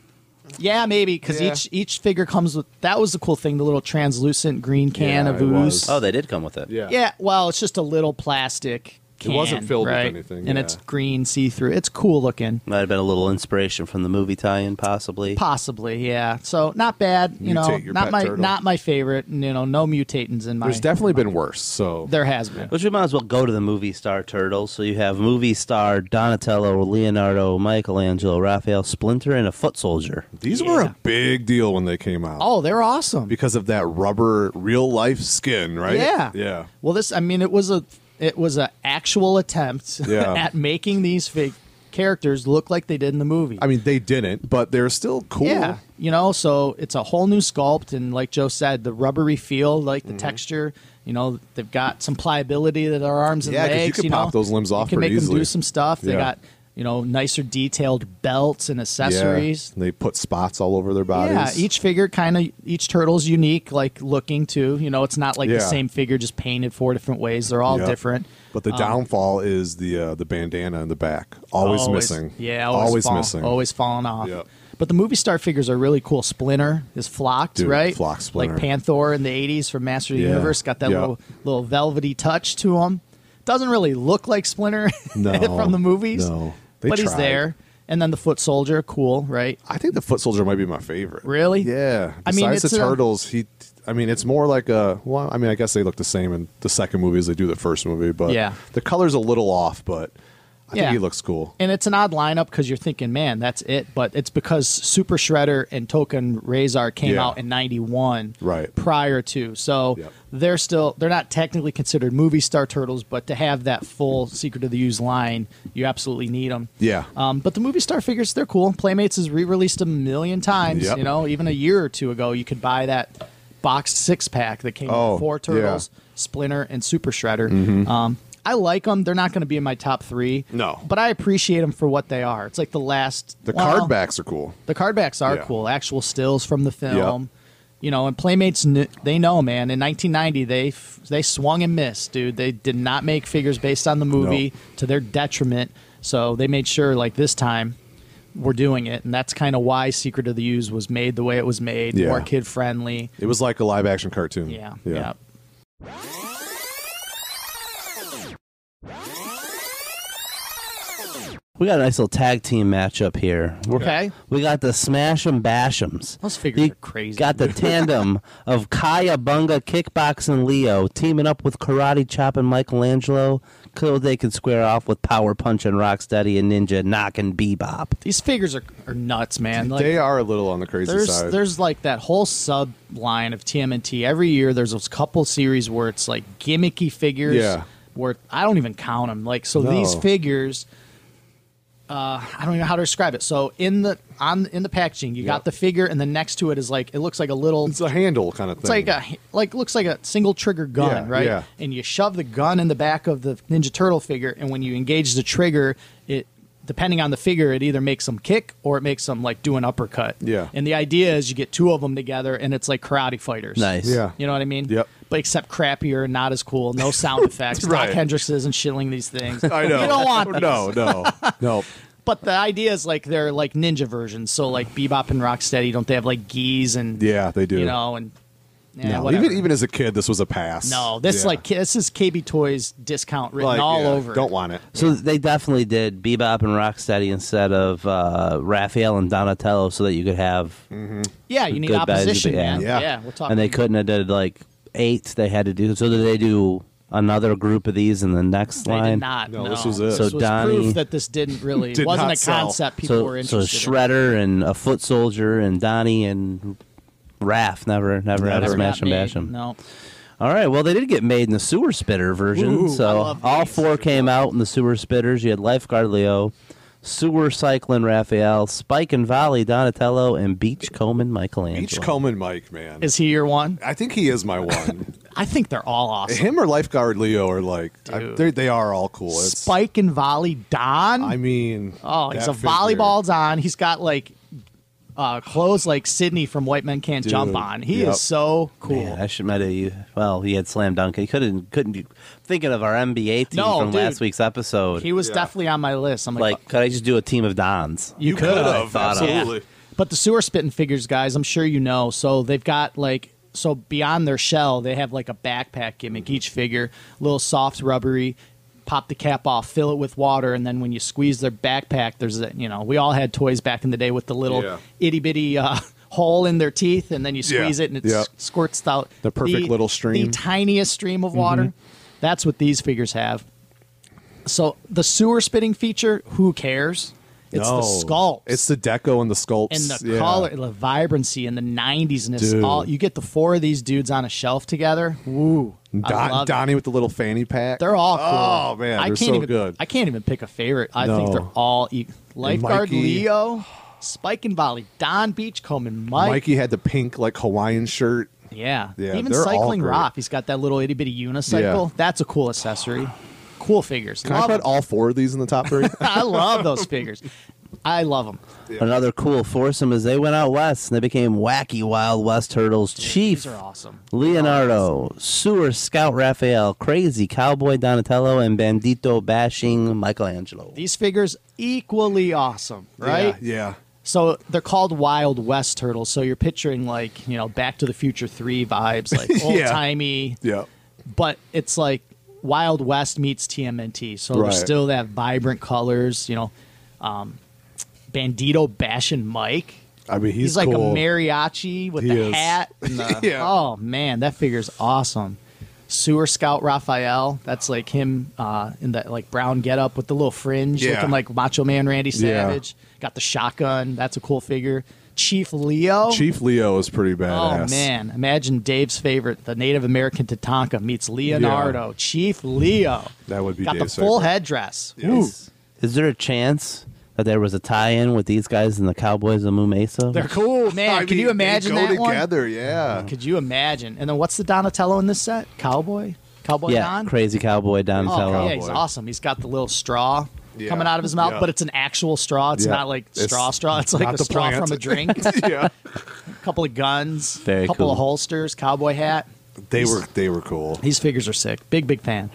C: Yeah, maybe because
D: Yeah.
C: each each figure comes with that was the cool thing the little translucent green can
D: Yeah,
C: of
D: it
C: ooze.
D: was.
B: Oh, they did come with it.
D: yeah.
C: Yeah, well, it's just a little plastic.
D: It wasn't
C: can,
D: filled with
C: right?
D: anything,
C: and
D: yeah.
C: it's green, see through. It's cool looking,
B: Might have been a little inspiration from the movie tie-in, possibly.
C: possibly, yeah. So not bad, you
D: Mutate
C: know.
D: your
C: Not
D: pet
C: my
D: turtle.
C: not my favorite. and, You know, no mutatins in my.
D: There's definitely been worse. So
C: there has been.
B: Which we might as well go to the movie star turtles. So you have movie star Donatello, Leonardo, Michelangelo, Raphael, Splinter, and a foot soldier.
D: these were
C: Yeah.
D: a big deal when they came out
C: Oh, they're awesome.
D: because of that rubber real life skin, right?
C: Yeah.
D: Yeah.
C: Well, this I mean, it was a it was an actual attempt
D: Yeah.
C: at making these fig characters look like they did in the movie.
D: I mean, they didn't, but they're still cool.
C: Yeah, you know, so it's a whole new sculpt, and like Joe said, the rubbery feel, like
D: Mm-hmm.
C: the texture. You know, they've got some pliability to their arms and
D: Yeah, 'cause you
C: legs.
D: could
C: know?
D: pop those limbs off
C: You can
D: pretty
C: make them do
D: easily.
C: some stuff. They
D: Yeah.
C: got you know nicer detailed belts and
D: Yeah.
C: accessories.
D: They put spots all over their bodies.
C: Yeah, each figure kind of each turtle's unique, like looking too. You know, it's not like the
D: Yeah.
C: same figure just painted four different ways. They're all
D: Yep.
C: different.
D: But the downfall is the uh, the bandana in the back, always, missing.
C: Yeah, always,
D: always,
C: fall-
D: missing.
C: always falling off.
D: Yep.
C: But the movie star figures are really cool. Splinter is flocked,
D: Dude,
C: right?
D: Flock Splinter.
C: like Panther in the '80s from Master of the
D: Yeah.
C: Universe, got that
D: Yep.
C: little little velvety touch to him. Doesn't really look like Splinter
D: No,
C: from the movies,
D: no. They
C: but he's
D: tried.
C: there. And then the Foot Soldier, cool, right?
D: I think the foot soldier might be my favorite.
C: Really?
D: Yeah.
C: I mean,
D: Besides
C: it's uh,
D: the
C: a-
D: turtles, he. I mean, it's more like a. Well, I mean, I guess they look the same in the second movie as they do the first movie, but
C: Yeah.
D: the color's a little off. But I
C: Yeah.
D: think he looks cool.
C: And it's an odd lineup because you're thinking, man, that's it. But it's because Super Shredder and Token Razor came
D: Yeah.
C: out in '91,
D: Right.
C: Prior to, so
D: Yep.
C: they're still they're not technically considered movie star turtles, but to have that full Secret of the Use line, you absolutely need them.
D: Yeah.
C: Um, but the movie star figures, they're cool. Playmates has re-released a million times.
D: Yep.
C: You know, even a year or two ago, you could buy that boxed six pack that came
D: Oh,
C: with four
D: yeah. Mm-hmm.
C: turtles, Splinter, and Super Shredder. Um, I like them. They're not going to be in my top three.
D: No.
C: but I appreciate them for what they are. It's like the last.
D: The
C: well,
D: card backs are cool.
C: The card backs are
D: Yeah.
C: cool. Actual stills from the film. You know, and Playmates, kn- they know, man. In 1990, they f- they swung and missed, dude. They did not make figures based on the movie to their detriment. So they made sure, like this time, we're doing it, and that's kind of why Secret of the Use was made the way it was made,
D: Yeah.
C: more kid friendly.
D: It was like a live action cartoon.
C: Yeah, yeah,
B: We got a nice little tag team matchup here. We're-
C: Okay.
B: We got the Smash 'em Bashems.
C: Those figures
B: You
C: are crazy.
B: Got the tandem of Kaya Bunga Kickboxing Leo teaming up with Karate Chop and Michelangelo. Cool they can square off with Power Punch and Rocksteady and Ninja knocking Bebop.
C: These figures are, are nuts, man. Like,
D: they are a little on the crazy
C: there's
D: side.
C: there's like that whole sub line of TMNT. Every year there's those couple series where it's like gimmicky figures.
D: Yeah.
C: Where I don't even count them. Like so
D: No.
C: these figures. Uh, I don't even know how to describe it. So in the on in the packaging, you
D: Yep.
C: got the figure, and then next to it is like it looks like a little.
D: it's a handle kind of thing.
C: It's like a like looks like a single trigger gun,
D: Yeah,
C: right?
D: yeah.
C: And you shove the gun in the back of the Ninja Turtle figure, and when you engage the trigger, it depending on the figure, it either makes them kick or it makes them like do an uppercut.
D: Yeah.
C: And the idea is you get two of them together, and it's like karate fighters.
B: Nice.
D: Yeah.
C: You know what I mean?
D: Yep.
C: But except crappier, not as cool, no sound effects.
D: Right.
C: Doc Hendricks isn't shilling these things.
D: I know.
C: You don't want these.
D: No, no, no.
C: But the idea is like they're like ninja versions. So like Bebop and Rocksteady, don't they have like geese and
D: Yeah, they do.
C: you know and yeah,
D: No,
C: whatever.
D: even even as a kid, this was a pass.
C: No, this
D: Yeah.
C: like this is KB Toys discount written
D: Like,
C: all
D: yeah,
C: over. it.
D: Don't want it.
B: So they definitely did Bebop and Rocksteady instead of uh, Raphael and Donatello so that you could have.
C: Mm. Yeah, you need
B: Good values,
C: opposition,
B: yeah.
C: man.
D: Yeah.
C: Yeah. we'll talk.
B: And they couldn't have did like eight they had to do. So did they do another group of these in the next
C: They
B: line?
C: did not.
D: No,
C: No,
D: this was it.
B: So
C: This was
B: Donnie-
C: proof that this didn't really
D: Did
C: wasn't
D: not
C: a
D: sell.
C: concept people
B: so,
C: were
B: so
C: interested. in.
B: Shredder and a foot soldier and Donnie and Raph never never, had a
C: Never
B: smash
C: got
B: and
C: made.
B: bash 'em.
C: No,
B: All right, well they did get made in the sewer spitter version.
C: Ooh, I
B: so
C: love
B: all
C: these.
B: four came out in the sewer spitters. You had lifeguard Leo, sewer cycling Raphael, spike and volley Donatello, and beach combing Michelangelo.
D: Each Coleman Mike, man.
C: is he your one?
D: I think he is my one.
C: I think they're all awesome.
D: Him or lifeguard Leo are like I,
C: Dude.
D: they're- they are all cool. It's,
C: Spike and volley Don.
D: I mean,
C: oh, he's
D: that
C: a
D: figure.
C: volleyball Don. He's got like uh, clothes like Sydney from White Men Can't
D: Dude,
C: Jump on. He
D: yep.
C: is so cool.
B: Yeah, I should might have. Well, he had slam dunk. He couldn't couldn't. do- Thinking of our NBA team
C: No,
B: from
C: dude.
B: last week's episode,
C: he was
D: Yeah.
C: definitely on my list. I'm like,
B: like, could I just do a team of Dons?
C: You,
D: could
C: could
D: have,
C: have.
D: absolutely.
C: But the sewer spitting figures, guys, I'm sure you know. So they've got like so beyond their shell, they have like a backpack gimmick.
D: Mm-hmm.
C: Each figure, little soft, rubbery. Pop the cap off, fill it with water, and then when you squeeze their backpack, there's a you know we all had toys back in the day with the little
D: Yeah.
C: itty bitty uh, hole in their teeth, and then you squeeze
D: Yeah.
C: it and it
D: Yeah.
C: s- squirts out
D: The perfect little stream. Mm-hmm.
C: the tiniest stream of water. That's what these figures have. So the sewer spitting feature, who cares? It's
D: No.
C: the sculpts.
D: It's the deco and the sculpts
C: and the
D: yeah.
C: color, the vibrancy, and the '90s-ness.
D: Dude.
C: All you get the four of these dudes on a shelf together. Woo! I
D: Don-
C: love it.
D: Donnie with the little fanny pack.
C: They're all cool.
D: Oh man,
C: I
D: they're
C: can't
D: so
C: even,
D: good.
C: I can't even pick a favorite. I think
D: No.
C: they're all e- lifeguard
D: Mikey.
C: Leo, Spike and Volley, Don Beachcomb, and Mike.
D: Mikey had the pink like Hawaiian shirt.
C: Yeah.
D: Yeah,
C: Even
D: they're all
C: cycling
D: great.
C: Rock, he's got that little itty bitty unicycle.
D: Yeah.
C: That's a cool accessory. Cool figures.
D: Can I
C: Love
D: put
C: 'em.
D: all four of these in the top three?
C: I love those figures. I love them.
B: Another cool foursome is they went out west and they became wacky Wild West Turtles. Chief
C: These are awesome.
B: Leonardo, Sewer Scout Raphael, Crazy Cowboy Donatello, and Bandito Bashing Michelangelo.
C: These figures equally awesome, right?
D: Yeah. yeah.
C: So they're called Wild West turtles. So you're picturing like you know Back to the Future Three vibes, like
D: Yeah.
C: old timey,
D: Yeah.
C: but it's like Wild West meets TMNT. So
D: Right.
C: there's still that vibrant colors, you know, um, Bandito bashing Mike.
D: I mean, he's,
C: He's, like
D: cool.
C: a mariachi with
D: He
C: the
D: is.
C: hat. And the,
D: Yeah.
C: Oh man, that figure's awesome. Sewer Scout Raphael. That's like him uh, in that like brown getup with the little fringe,
D: Yeah.
C: looking like Macho Man Randy
D: Yeah.
C: Savage. Got the shotgun. That's a cool figure. Chief Leo.
D: Chief Leo is pretty badass.
C: Oh man! Imagine Dave's favorite, the Native American Tatanka, meets Leonardo, Chief Leo.
D: That would be
C: got
D: Dave's
C: the full
D: favorite.
C: headdress.
B: Is, is there a chance that there was a tie-in with these guys and the Cowboys of Moo Mesa?
C: They're cool, man.
D: I
C: Can
D: mean,
C: you imagine
D: they go
C: that one? Oh,
D: together? Yeah.
C: Could you imagine? And then what's the Donatello in this set? Cowboy, Cowboy
B: yeah,
C: Don.
B: crazy cowboy
C: Oh,
B: Donatello.
C: yeah, he's
D: Cowboy.
C: awesome. He's got the little straw
D: Yeah.
C: coming out of his mouth,
D: Yeah.
C: but it's an actual straw. It's
D: Yeah.
C: not like
D: It's
C: straw straw. It's like
D: not
C: a
D: the
C: straw
D: plant.
C: from a drink.
D: yeah.
C: a couple of guns,
B: Very
C: couple
B: cool.
C: of holsters, cowboy hat.
D: They were they were cool.
C: These figures are sick. Big big fan.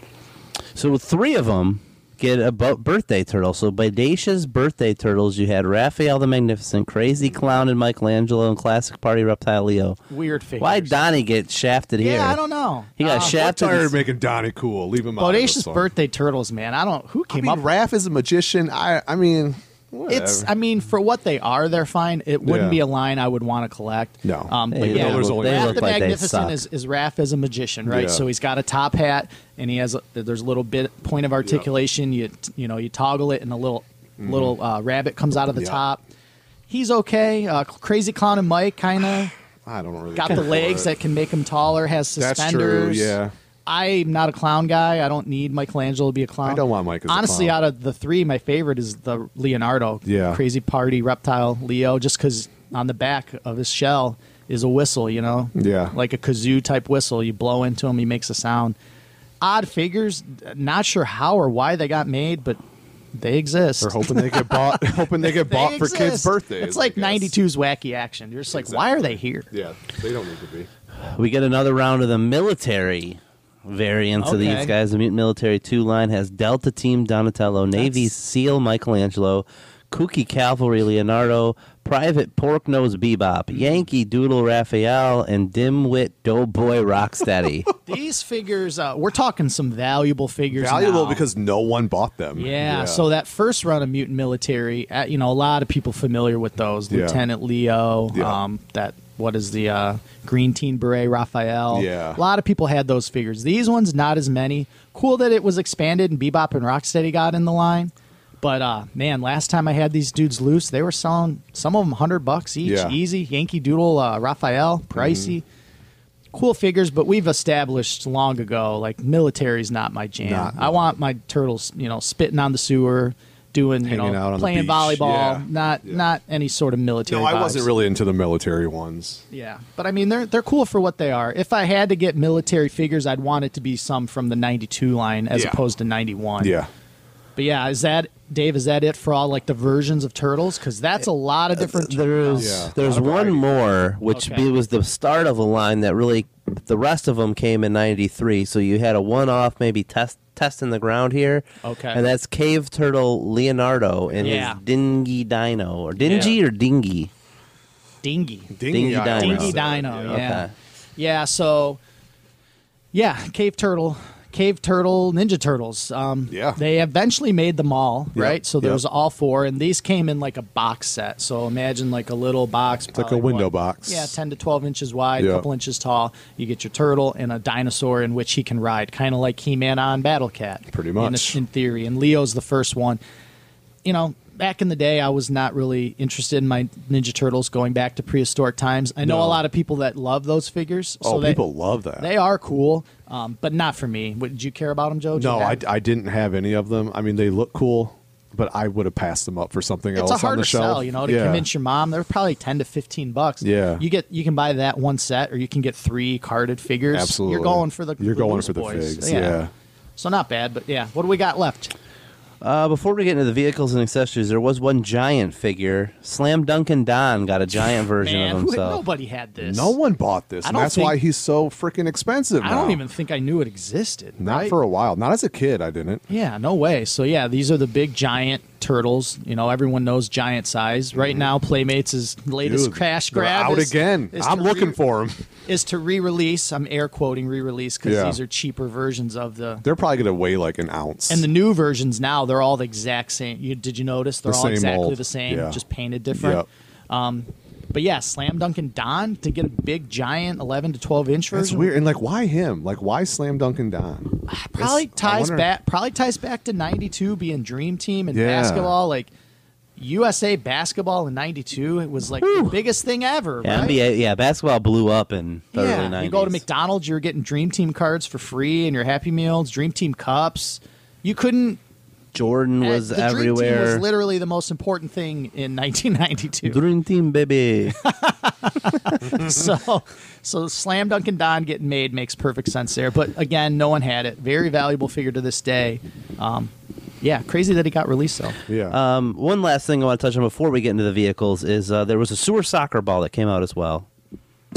B: So three of them get a bo- birthday turtle. So Bodacious birthday turtles. You had Raphael the Magnificent, Crazy Clown, and Michelangelo, and Classic Party Reptile Leo.
C: Weird figures.
B: Why Donnie get shafted here?
C: Yeah, I don't know.
B: He got
C: Uh,
D: I'm
B: shafted.
D: tired of making Donnie cool. Leave him out. of this
C: Bodacious
D: one.
C: birthday turtles, man. I don't who
D: I
C: came
D: mean,
C: up with
D: Raph is a magician. I I mean, whatever.
C: It's. I mean, for what they are, they're fine. It wouldn't
D: Yeah.
C: be a line I would want to collect.
D: No.
C: Um,
B: They
C: but yeah,
D: look- they
C: Raph
B: look
C: the
B: like they
C: Magnificent
B: suck.
C: is, is Raph as a magician, right?
D: Yeah.
C: So he's got a top hat, and he has a, there's a little bit point of articulation. You you know you toggle it, and a little little uh, rabbit comes out of the
D: Mm-hmm. Yeah.
C: top. He's okay. Uh, Crazy Clown and Mike kind of
D: I don't really
C: got
D: care
C: the
D: for
C: legs
D: it.
C: that can make him taller. Has
D: That's true,
C: suspenders.
D: yeah.
C: I'm not a clown guy. I don't need Michelangelo to be a clown.
D: I don't want Mike as a
C: Honestly,
D: clown.
C: out of the three, my favorite is the Leonardo.
D: Yeah.
C: Crazy party reptile Leo, just because on the back of his shell is a whistle. You know.
D: Yeah.
C: Like a kazoo type whistle. You blow into him, he makes a sound. Odd figures. Not sure how or why they got made, but they exist.
D: They're hoping they get bought. hoping they get
C: They
D: bought for kids'
C: exist.
D: birthdays.
C: It's
D: I
C: like
D: guess.
C: 92's wacky action. You're just like, why are they here?
D: Yeah, they don't need to be.
B: We get another round of the military variants of
C: Okay.
B: these guys. The Mutant Military 2 line has Delta Team Donatello, Navy
C: That's-
B: SEAL Michelangelo, Kooky Cavalry Leonardo, Private Porknose Bebop,
C: Hmm.
B: Yankee Doodle Raphael, and Dimwit Doughboy Rocksteady.
C: These figures, uh, we're talking some valuable figures.
D: Valuable
C: now.
D: because no one bought them.
C: yeah, So that first run of mutant military, uh, you know, a lot of people familiar with those.
D: Yeah.
C: Lieutenant Leo,
D: Yeah.
C: um, that what is the uh, green teen beret Raphael?
D: Yeah.
C: a lot of people had those figures. These ones, not as many. Cool that it was expanded and Bebop and Rocksteady got in the line. But uh, man, last time I had these dudes loose, they were selling some of them hundred bucks each,
D: Yeah. Mm-hmm.
C: easy. Yankee Doodle, uh, Raphael, pricey cool figures, but we've established long ago like military's not my jam.
D: Not-
C: I want my turtles, you know, spitting on the sewer, doing you
D: Hanging out
C: know,
D: on the
C: playing
D: beach.
C: volleyball,
D: Yeah.
C: not
D: Yeah.
C: not any sort of military.
D: No, I
C: vibes.
D: wasn't really into the military ones.
C: Yeah, but I mean they're they're cool for what they are. If I had to get military figures, I'd want it to be some from the '92 line as
D: Yeah.
C: opposed to '91.
D: Yeah.
C: but yeah, is that Dave? Is that it for all like the versions of turtles? Because that's
D: Eh,
C: a lot of different.
B: There's
D: Yeah.
B: there's one more, which
C: Okay.
B: it was the start of a line that really the rest of them came in '93. So you had a one-off, maybe test testing the ground here.
C: Okay.
B: and that's Cave Turtle Leonardo and
C: Yeah.
B: his Dingy Dino, or Dingy
C: Yeah.
B: or Dingy.
C: dingy.
B: Dingy
D: I always
B: Dino.
C: Dingy
D: said.
C: Dino, yeah. Yeah.
B: Okay.
C: so yeah, Cave Turtle, Cave Turtle, Ninja Turtles. Um,
D: Yeah.
C: They eventually made them all,
D: Yep,
C: right? So there's
D: yep.
C: all four, and these came in like a box set. So imagine like a little box. It's
D: like a window box.
C: Yeah, 10 to 12 inches wide, a
D: Yeah.
C: couple inches tall. You get your turtle and a dinosaur in which he can ride, kind of like He Man on Battle Cat.
D: Pretty
C: in
D: much.
C: the- in theory. And Leo's the first one you know, back in the day, I was not really interested in my Ninja Turtles going back to prehistoric times. I know
D: No.
C: a lot of people that love those figures.
D: Oh,
C: they,
D: people love that.
C: They are cool, um, but not for me. Would did you care about them, Joe? Did
D: No,
C: you
D: I,
C: have-
D: I didn't have any of them. I mean, they look cool, but I would have passed them up for something
C: It's
D: else
C: a
D: on
C: harder
D: the shelf.
C: sell, you know, to
D: yeah.
C: convince your mom. They're probably ten to fifteen bucks.
D: Yeah.
C: you get you can buy that one set, or you can get three carded figures.
D: Absolutely.
C: you're going for the
D: You're
C: the
D: going
C: loose
D: for the
C: boys.
D: figs, yeah.
C: So not bad, but yeah. What do we got left?
B: Uh, before we get into the vehicles and accessories, there was one giant figure. Slam Duncan Don got a giant version
C: Man,
B: of
C: who-
B: himself.
C: nobody had this.
D: No one bought this,
C: I
D: and
C: don't
D: that's
C: think-
D: why he's so freaking expensive.
C: I don't
D: now.
C: even think I knew it existed.
D: Not
C: right?
D: for a while. Not as a kid, I didn't.
C: Yeah, no way. So yeah, these are the big giant turtles. You know, everyone knows giant size. Right now, Playmates' is latest
D: Mm-hmm. Dude,
C: crash
D: they're
C: grab
D: out
C: is,
D: again.
C: is
D: I'm
C: to
D: looking
C: re-
D: for them.
C: is to re-release. I'm air quoting re-release because
D: Yeah.
C: these are cheaper versions of the.
D: They're probably going to weigh like an ounce.
C: and the new versions now, they're all the exact same. You, did you notice they're
D: The
C: all
D: same
C: exactly
D: mold,
C: the same,
D: yeah.
C: just painted different?
D: Yep.
C: Um, But yeah, slam dunking Don to get a big giant eleven to twelve inch version.
D: That's weird. And like, why him? Like, why Slam Dunkin' Don?
C: Probably
D: It's- I
C: ties
D: wonder-
C: back. Probably ties back to '92 being Dream Team and
D: Yeah.
C: basketball. Like USA basketball in '92, it was like the biggest thing ever.
B: Yeah,
C: right?
B: NBA, yeah, basketball blew up in the early
C: Yeah,
B: 90s.
C: you go to McDonald's, you're getting Dream Team cards for free, and your Happy Meals, Dream Team cups. You couldn't. uh,
B: Jordan was
C: the Dream Team
B: everywhere.
C: was literally the most important thing in 1992.
B: Dream Team, baby.
C: so, so Slam Dunk and Don getting made makes perfect sense there. But again, no one had it. Very valuable figure to this day. Um, yeah, crazy that he got released though.
D: Yeah.
B: um, one last thing I want to touch on before we get into the vehicles is uh, there was a sewer soccer ball that came out as well.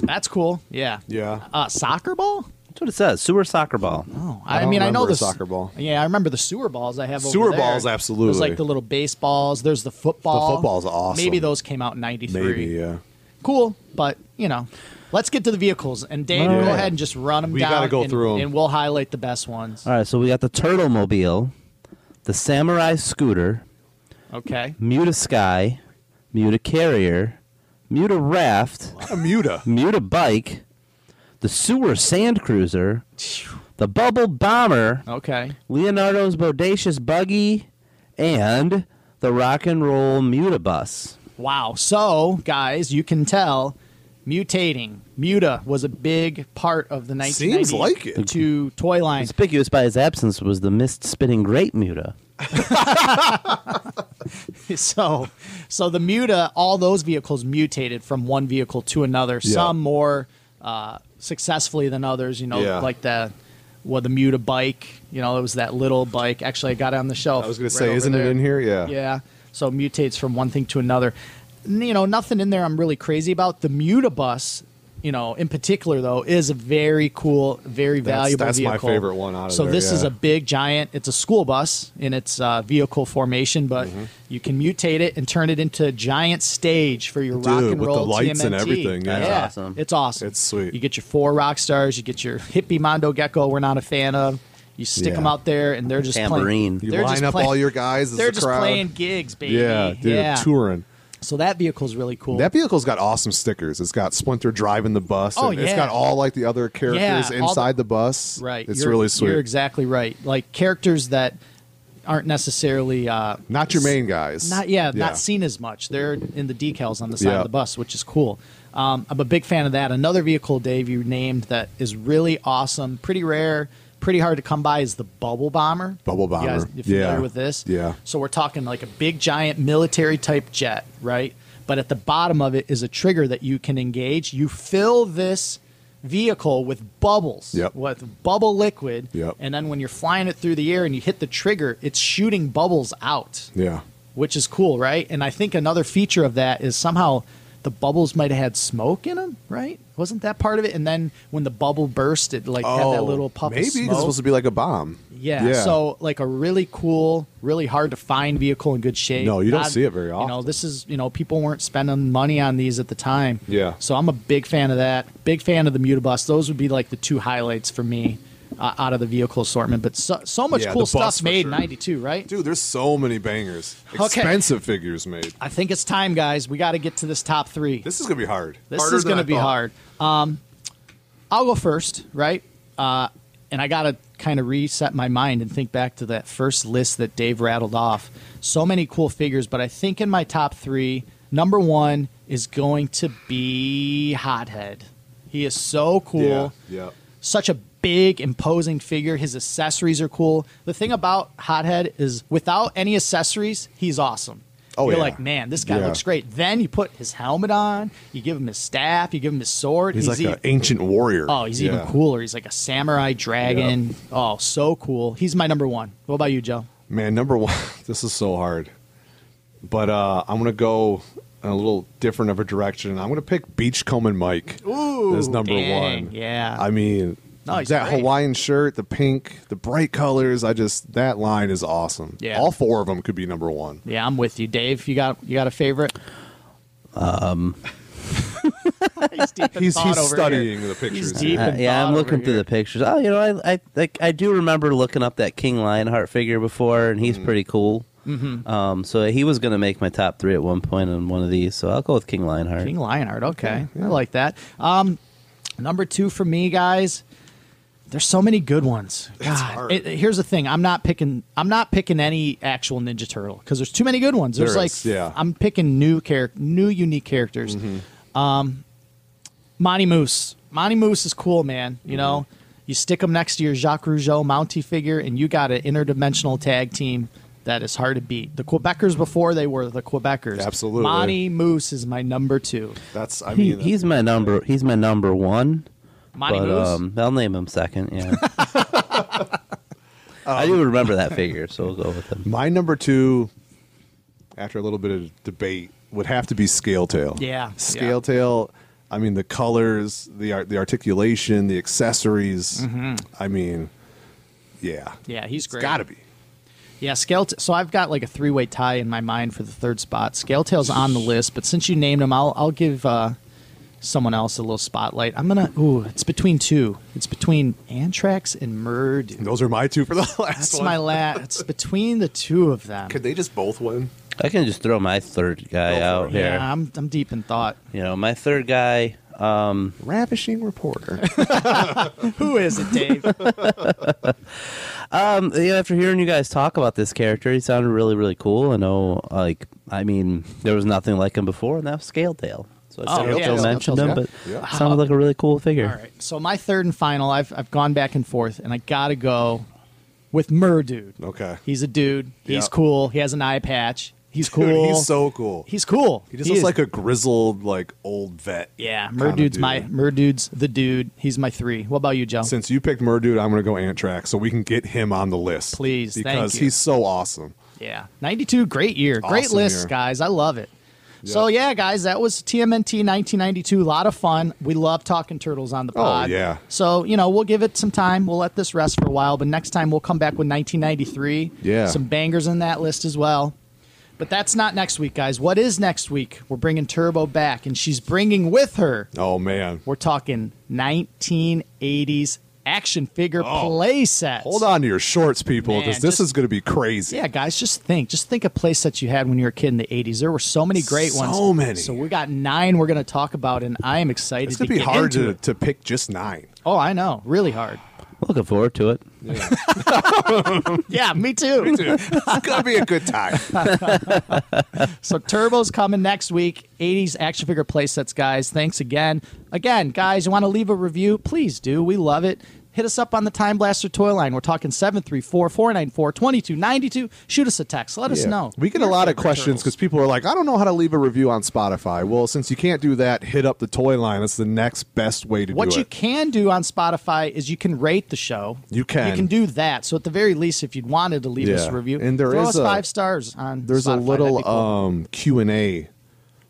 C: That's cool. Yeah.
D: yeah.
C: Uh, soccer ball?
B: That's what it says. Sewer soccer ball.
C: Oh,
D: I
C: I,
D: don't
C: mean, I know
D: remember
C: the
D: a soccer ball.
C: Yeah, I remember the sewer balls I have.
D: Sewer
C: over there.
D: balls, absolutely.
C: There's like the little baseballs. There's the football.
D: The football's awesome.
C: Maybe those came out in '93.
D: Maybe. Yeah.
C: Cool, but you know, let's get to the vehicles. And Dave, go
D: Yeah.
C: ahead and just run them
D: We
C: down.
D: gotta go
C: and,
D: through 'em.
C: and we'll highlight the best ones.
B: All right, so we got the Turtle Mobile, the Samurai Scooter,
C: Okay.
B: Muta Sky, Muta Carrier, Muta Raft,
D: A Muta.
B: Muta Bike, the Sewer Sand Cruiser, the Bubble Bomber,
C: Okay.
B: Leonardo's Bodacious Buggy, and the Rock and Roll Mutabus.
C: Wow. So, guys, you can tell mutating. Muta was a big part of the
D: Seems
C: 1992
D: like it.
C: toy line.
B: Conspicuous by his absence was the mist spitting great Muta.
C: so so the muta all those vehicles mutated from one vehicle to another
D: Yeah.
C: some more uh, successfully than others you know
D: Yeah.
C: like the well the muta bike you know it was that little bike actually i got it on the shelf
D: I was gonna
C: right
D: say,
C: over
D: isn't
C: there.
D: it in here? Yeah.
C: yeah so mutates from one thing to another N- you know nothing in there i'm really crazy about the muta bus you know in particular though is a very cool very
D: That's-
C: valuable
D: that's my
C: vehicle
D: favorite one out of
C: so
D: there,
C: this is
D: yeah.
C: a big giant. It's a school bus in its uh, vehicle formation, but
D: Mm-hmm.
C: you can mutate it and turn it into a giant stage for your rock
D: Dude,
C: and
D: with the
C: roll
D: lights and
C: TMNT.
D: everything, yeah. That's
B: awesome.
C: It's awesome.
D: It's sweet.
C: You get your four rock stars. You get your hippie Mondo Gecko. We're not a fan of. You stick
D: Yeah.
C: them out there, and they're just
B: Tambourine.
C: Playing,
D: You
C: they're
D: line
C: just
D: up
C: playing-
D: all your guys as
C: They're
D: a
C: just
D: crowd.
C: playing gigs, baby.
D: Yeah, dude,
C: Yeah.
D: touring.
C: So that vehicle's really cool.
D: That vehicle's got awesome stickers. It's got Splinter driving the bus.
C: Oh,
D: and It's
C: yeah.
D: got all like the other characters
C: Yeah, all
D: inside the, bus.
C: right.
D: It's
C: You're-
D: really sweet.
C: You're exactly right. Like characters that aren't necessarily uh,
D: not your main guys.
C: Not yeah, not seen as much. They're in the decals on the side
D: Yeah.
C: of the bus, which is cool. Um, I'm a big fan of that. Another vehicle, Dave, you named that is really awesome, pretty rare, pretty hard to come by is the Bubble Bomber.
D: Bubble
C: You guys,
D: Bomber.
C: you familiar
D: Yeah.
C: with this?
D: Yeah.
C: So we're talking like a big giant military type jet, right? But at the bottom of it is a trigger that you can engage. You fill this vehicle with bubbles,
D: Yep.
C: with bubble liquid,
D: Yep.
C: and then when you're flying it through the air and you hit the trigger, it's shooting bubbles out
D: Yeah.
C: which is cool, right? And I think another feature of that is somehow the bubbles might have had smoke in them, right? Wasn't that part of it? And then when the bubble burst, it like had that little puff
D: Oh, maybe
C: of
D: it's
C: smoke.
D: supposed to be like a bomb.
C: yeah. so like a really cool, really hard to find vehicle in good shape.
D: No, you don't see it very
C: You know,
D: often.
C: this is you know people weren't spending money on these at the time.
D: Yeah.
C: So I'm a big fan of that. Big fan of the Mutabus. Those would be like the two highlights for me uh, out of the vehicle assortment. But so, so much
D: Yeah, the
C: cool
D: bus
C: stuff
D: for
C: made in
D: sure.
C: '92, right?
D: dude, there's so many bangers.
C: Okay.
D: Expensive figures made.
C: I think it's time, guys. We got to get to this top three.
D: This is gonna be hard.
C: This
D: Harder
C: is
D: than
C: going to
D: I
C: be hard.
D: thought.
C: Um, I'll go first, right? Uh, and I got to kind of reset my mind and think back to that first list that Dave rattled off. So many cool figures, but I think in my top three, number one is going to be Hothead. He is so cool
D: Yeah. Yeah.
C: such a big imposing figure his accessories are cool the thing about hothead is without any accessories he's awesome
D: Oh,
C: you're
D: yeah.
C: like man this guy
D: Yeah.
C: looks great then you put his helmet on you give him his staff you give him his sword
D: He's, like
C: e-
D: an ancient warrior.
C: oh he's even
D: Yeah.
C: cooler he's like a samurai dragon oh so cool he's my number one what about you joe
D: Man, number one, this is so hard. But uh, I'm gonna go in a little different of a direction. I'm gonna pick Beachcomb and Mike Ooh, as number
C: dang,
D: one.
C: yeah.
D: I mean,
C: No, he's
D: that
C: great.
D: Hawaiian shirt, the pink, the bright colors. I just that line is awesome.
C: Yeah.
D: all four of them could be number one.
C: yeah i'm with you dave you got you got a favorite um he's deep in
D: He's
C: thought
D: he's
C: over here.
D: studying the pictures.
C: deep
D: here.
B: Uh,
C: and
B: yeah,
C: thought
B: I'm looking
C: over
B: through
C: here.
B: the pictures.
C: Mm-hmm.
B: Oh, you know, I I like I do remember looking up that King Lionheart figure before, and he's pretty cool. Um, so he was going to make my top three at one point on one of these. So I'll go with King Lionheart.
C: King Lionheart. Okay, I like that. Um, number two for me, guys. There's so many good ones. God,
D: hard.
C: it- it- here's the thing. I'm not picking. I'm not picking any actual Ninja Turtle because there's too many good ones. There's
D: There
C: like,
D: is, yeah. Mm-hmm.
C: I'm picking new character, new unique characters. Um, Monty Moose. Monty Moose is cool, man.
D: Mm-hmm.
C: You know, you stick him next to your Jacques Rougeau Mountie figure, and you got an interdimensional tag team that is hard to beat. The Quebecers before they were the Quebecers.
D: Absolutely.
C: Monty Moose is my number two.
D: That's I
B: He,
D: mean
B: he's my number. He's my number one.
C: Monty
B: but
C: Moose.
B: um, I'll name him second. Yeah. I
C: Um,
B: do remember that figure, so we'll go with him.
D: my number two. After a little bit of debate, would have to be Scale Tail.
C: Yeah,
D: Scale Tail. I mean the colors, the art, the articulation, the accessories. I mean, yeah,
C: Mm-hmm. yeah, he's
D: it's
C: great.
D: got to be.
C: Yeah, Scale. so I've got like a three-way tie in my mind for the third spot. Scaletail's on the list, but since you named him, I'll I'll give uh, someone else a little spotlight. I'm gonna. Ooh, it's between two. It's between Anthrax and Murd.
D: Those are my two for the last
C: That's
D: one.
C: my la. It's between the two of them.
D: Could they just both win?
B: I can just throw my third guy
D: Go for
B: out
D: it.
B: here.
C: yeah, I'm I'm deep in thought.
B: You know, my third guy.
D: Ravishing reporter.
C: Who is it, Dave?
B: Um, you know, after hearing you guys talk about this character, he sounded really, really cool. I know, like, I mean, there was nothing like him before, and that was Scale Tail. So
C: Oh,
B: I still
C: yeah,
B: mentioned him,
C: Scaletail.
B: but
D: Yeah.
B: sounded like a really cool figure.
C: All right. So my third and final. I've I've gone back and forth, and I gotta go with Murdude.
D: Okay.
C: He's a dude. He's
D: Yep.
C: cool. He has an eye patch. He's cool.
D: Dude, he's so cool.
C: He's cool.
D: he just
C: He
D: looks
C: is-
D: like a grizzled, like old vet.
C: yeah.
D: kinda
C: Murdude's
D: dude.
C: my Murdude's the dude. He's my three. What about you, Joe?
D: Since you picked Murdude, I'm going to go Antrax so we can get him on the list.
C: Please, thank
D: Because
C: you.
D: he's so awesome.
C: yeah, ninety-two. Great year. Great
D: Awesome
C: lists,
D: year.
C: guys. I love it. So yeah, guys, that was TMNT 1992. A lot of fun. We love talking turtles on the pod.
D: Oh, yeah.
C: So you know, we'll give it some time. We'll let this rest for a while, but next time we'll come back with 1993.
D: Yeah.
C: Some bangers in that list as well. But that's not next week, guys. What is next week? We're bringing Turbo back, and she's bringing with her
D: Oh, man.
C: We're talking 1980s action figure
D: Oh.
C: play sets.
D: Hold on to your shorts, people,
C: Man,
D: because this
C: just-
D: is going to be crazy.
C: Yeah, guys, just think. Just think of play sets you had when you were a kid in the 80s. There were so many great
D: So
C: ones.
D: many.
C: So we got nine we're going to talk about, and I am excited
D: It's
C: to
D: going to be
C: get
D: hard
C: into
D: to,
C: it.
D: to pick just nine.
C: Oh, I know. Really hard.
B: Looking forward to it.
C: Yeah, me too.
D: Dude, it's going to be a good time.
C: So Turbo's coming next week. 80s action figure playsets, guys. Thanks again. Again, guys, you want to leave a review? Please do. We love it. Hit us up on the Time Blaster toy line. We're talking 734 494 2292. Shoot us a text. Let us
D: Yeah.
C: know.
D: We get
C: Your
D: a lot of
C: favorite
D: questions
C: turtles.
D: because people are like, I don't know how to leave a review on Spotify. Well, since you can't do that, hit up the toy line. It's the next best way to
C: What
D: do
C: you
D: it.
C: can do on Spotify is you can rate the show.
D: You can.
C: You can do that. So at the very least, if you'd wanted to leave us a
D: Yeah.
C: review,
D: And there
C: throw
D: is
C: us
D: a-
C: five stars on Spotify.
D: there's a
C: That'd
D: little
C: be cool.
D: um, Q and A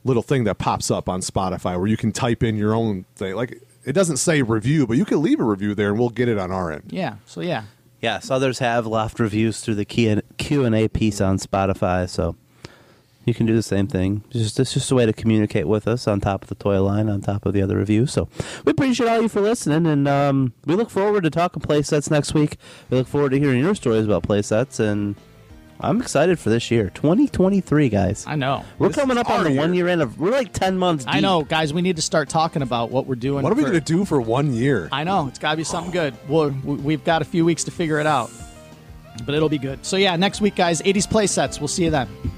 D: little thing that pops up on Spotify where you can type in your own thing. Like it doesn't say review, but you can leave a review there, and we'll get it on our end.
C: Yeah. So yeah.
B: Yes, others have left reviews through the Q and- Q&A piece on Spotify, so you can do the same thing. It's just, it's just a way to communicate with us on top of the toy line, on top of the other reviews. So we appreciate all you for listening, and um, we look forward to talking play sets next week. We look forward to hearing your stories about play sets, and I'm excited for this year, 2023, guys.
C: I know.
B: We're coming up on
D: our
B: the
D: year.
B: one year end of. We're like 10 months deep.
C: I know, guys. We need to start talking about what we're doing.
D: What are we
C: for-
D: going to do for one year?
C: I know it's got to be something good. Well, we- we've got a few weeks to figure it out, but it'll be good. So yeah, next week, guys, 80s play sets. We'll see you then.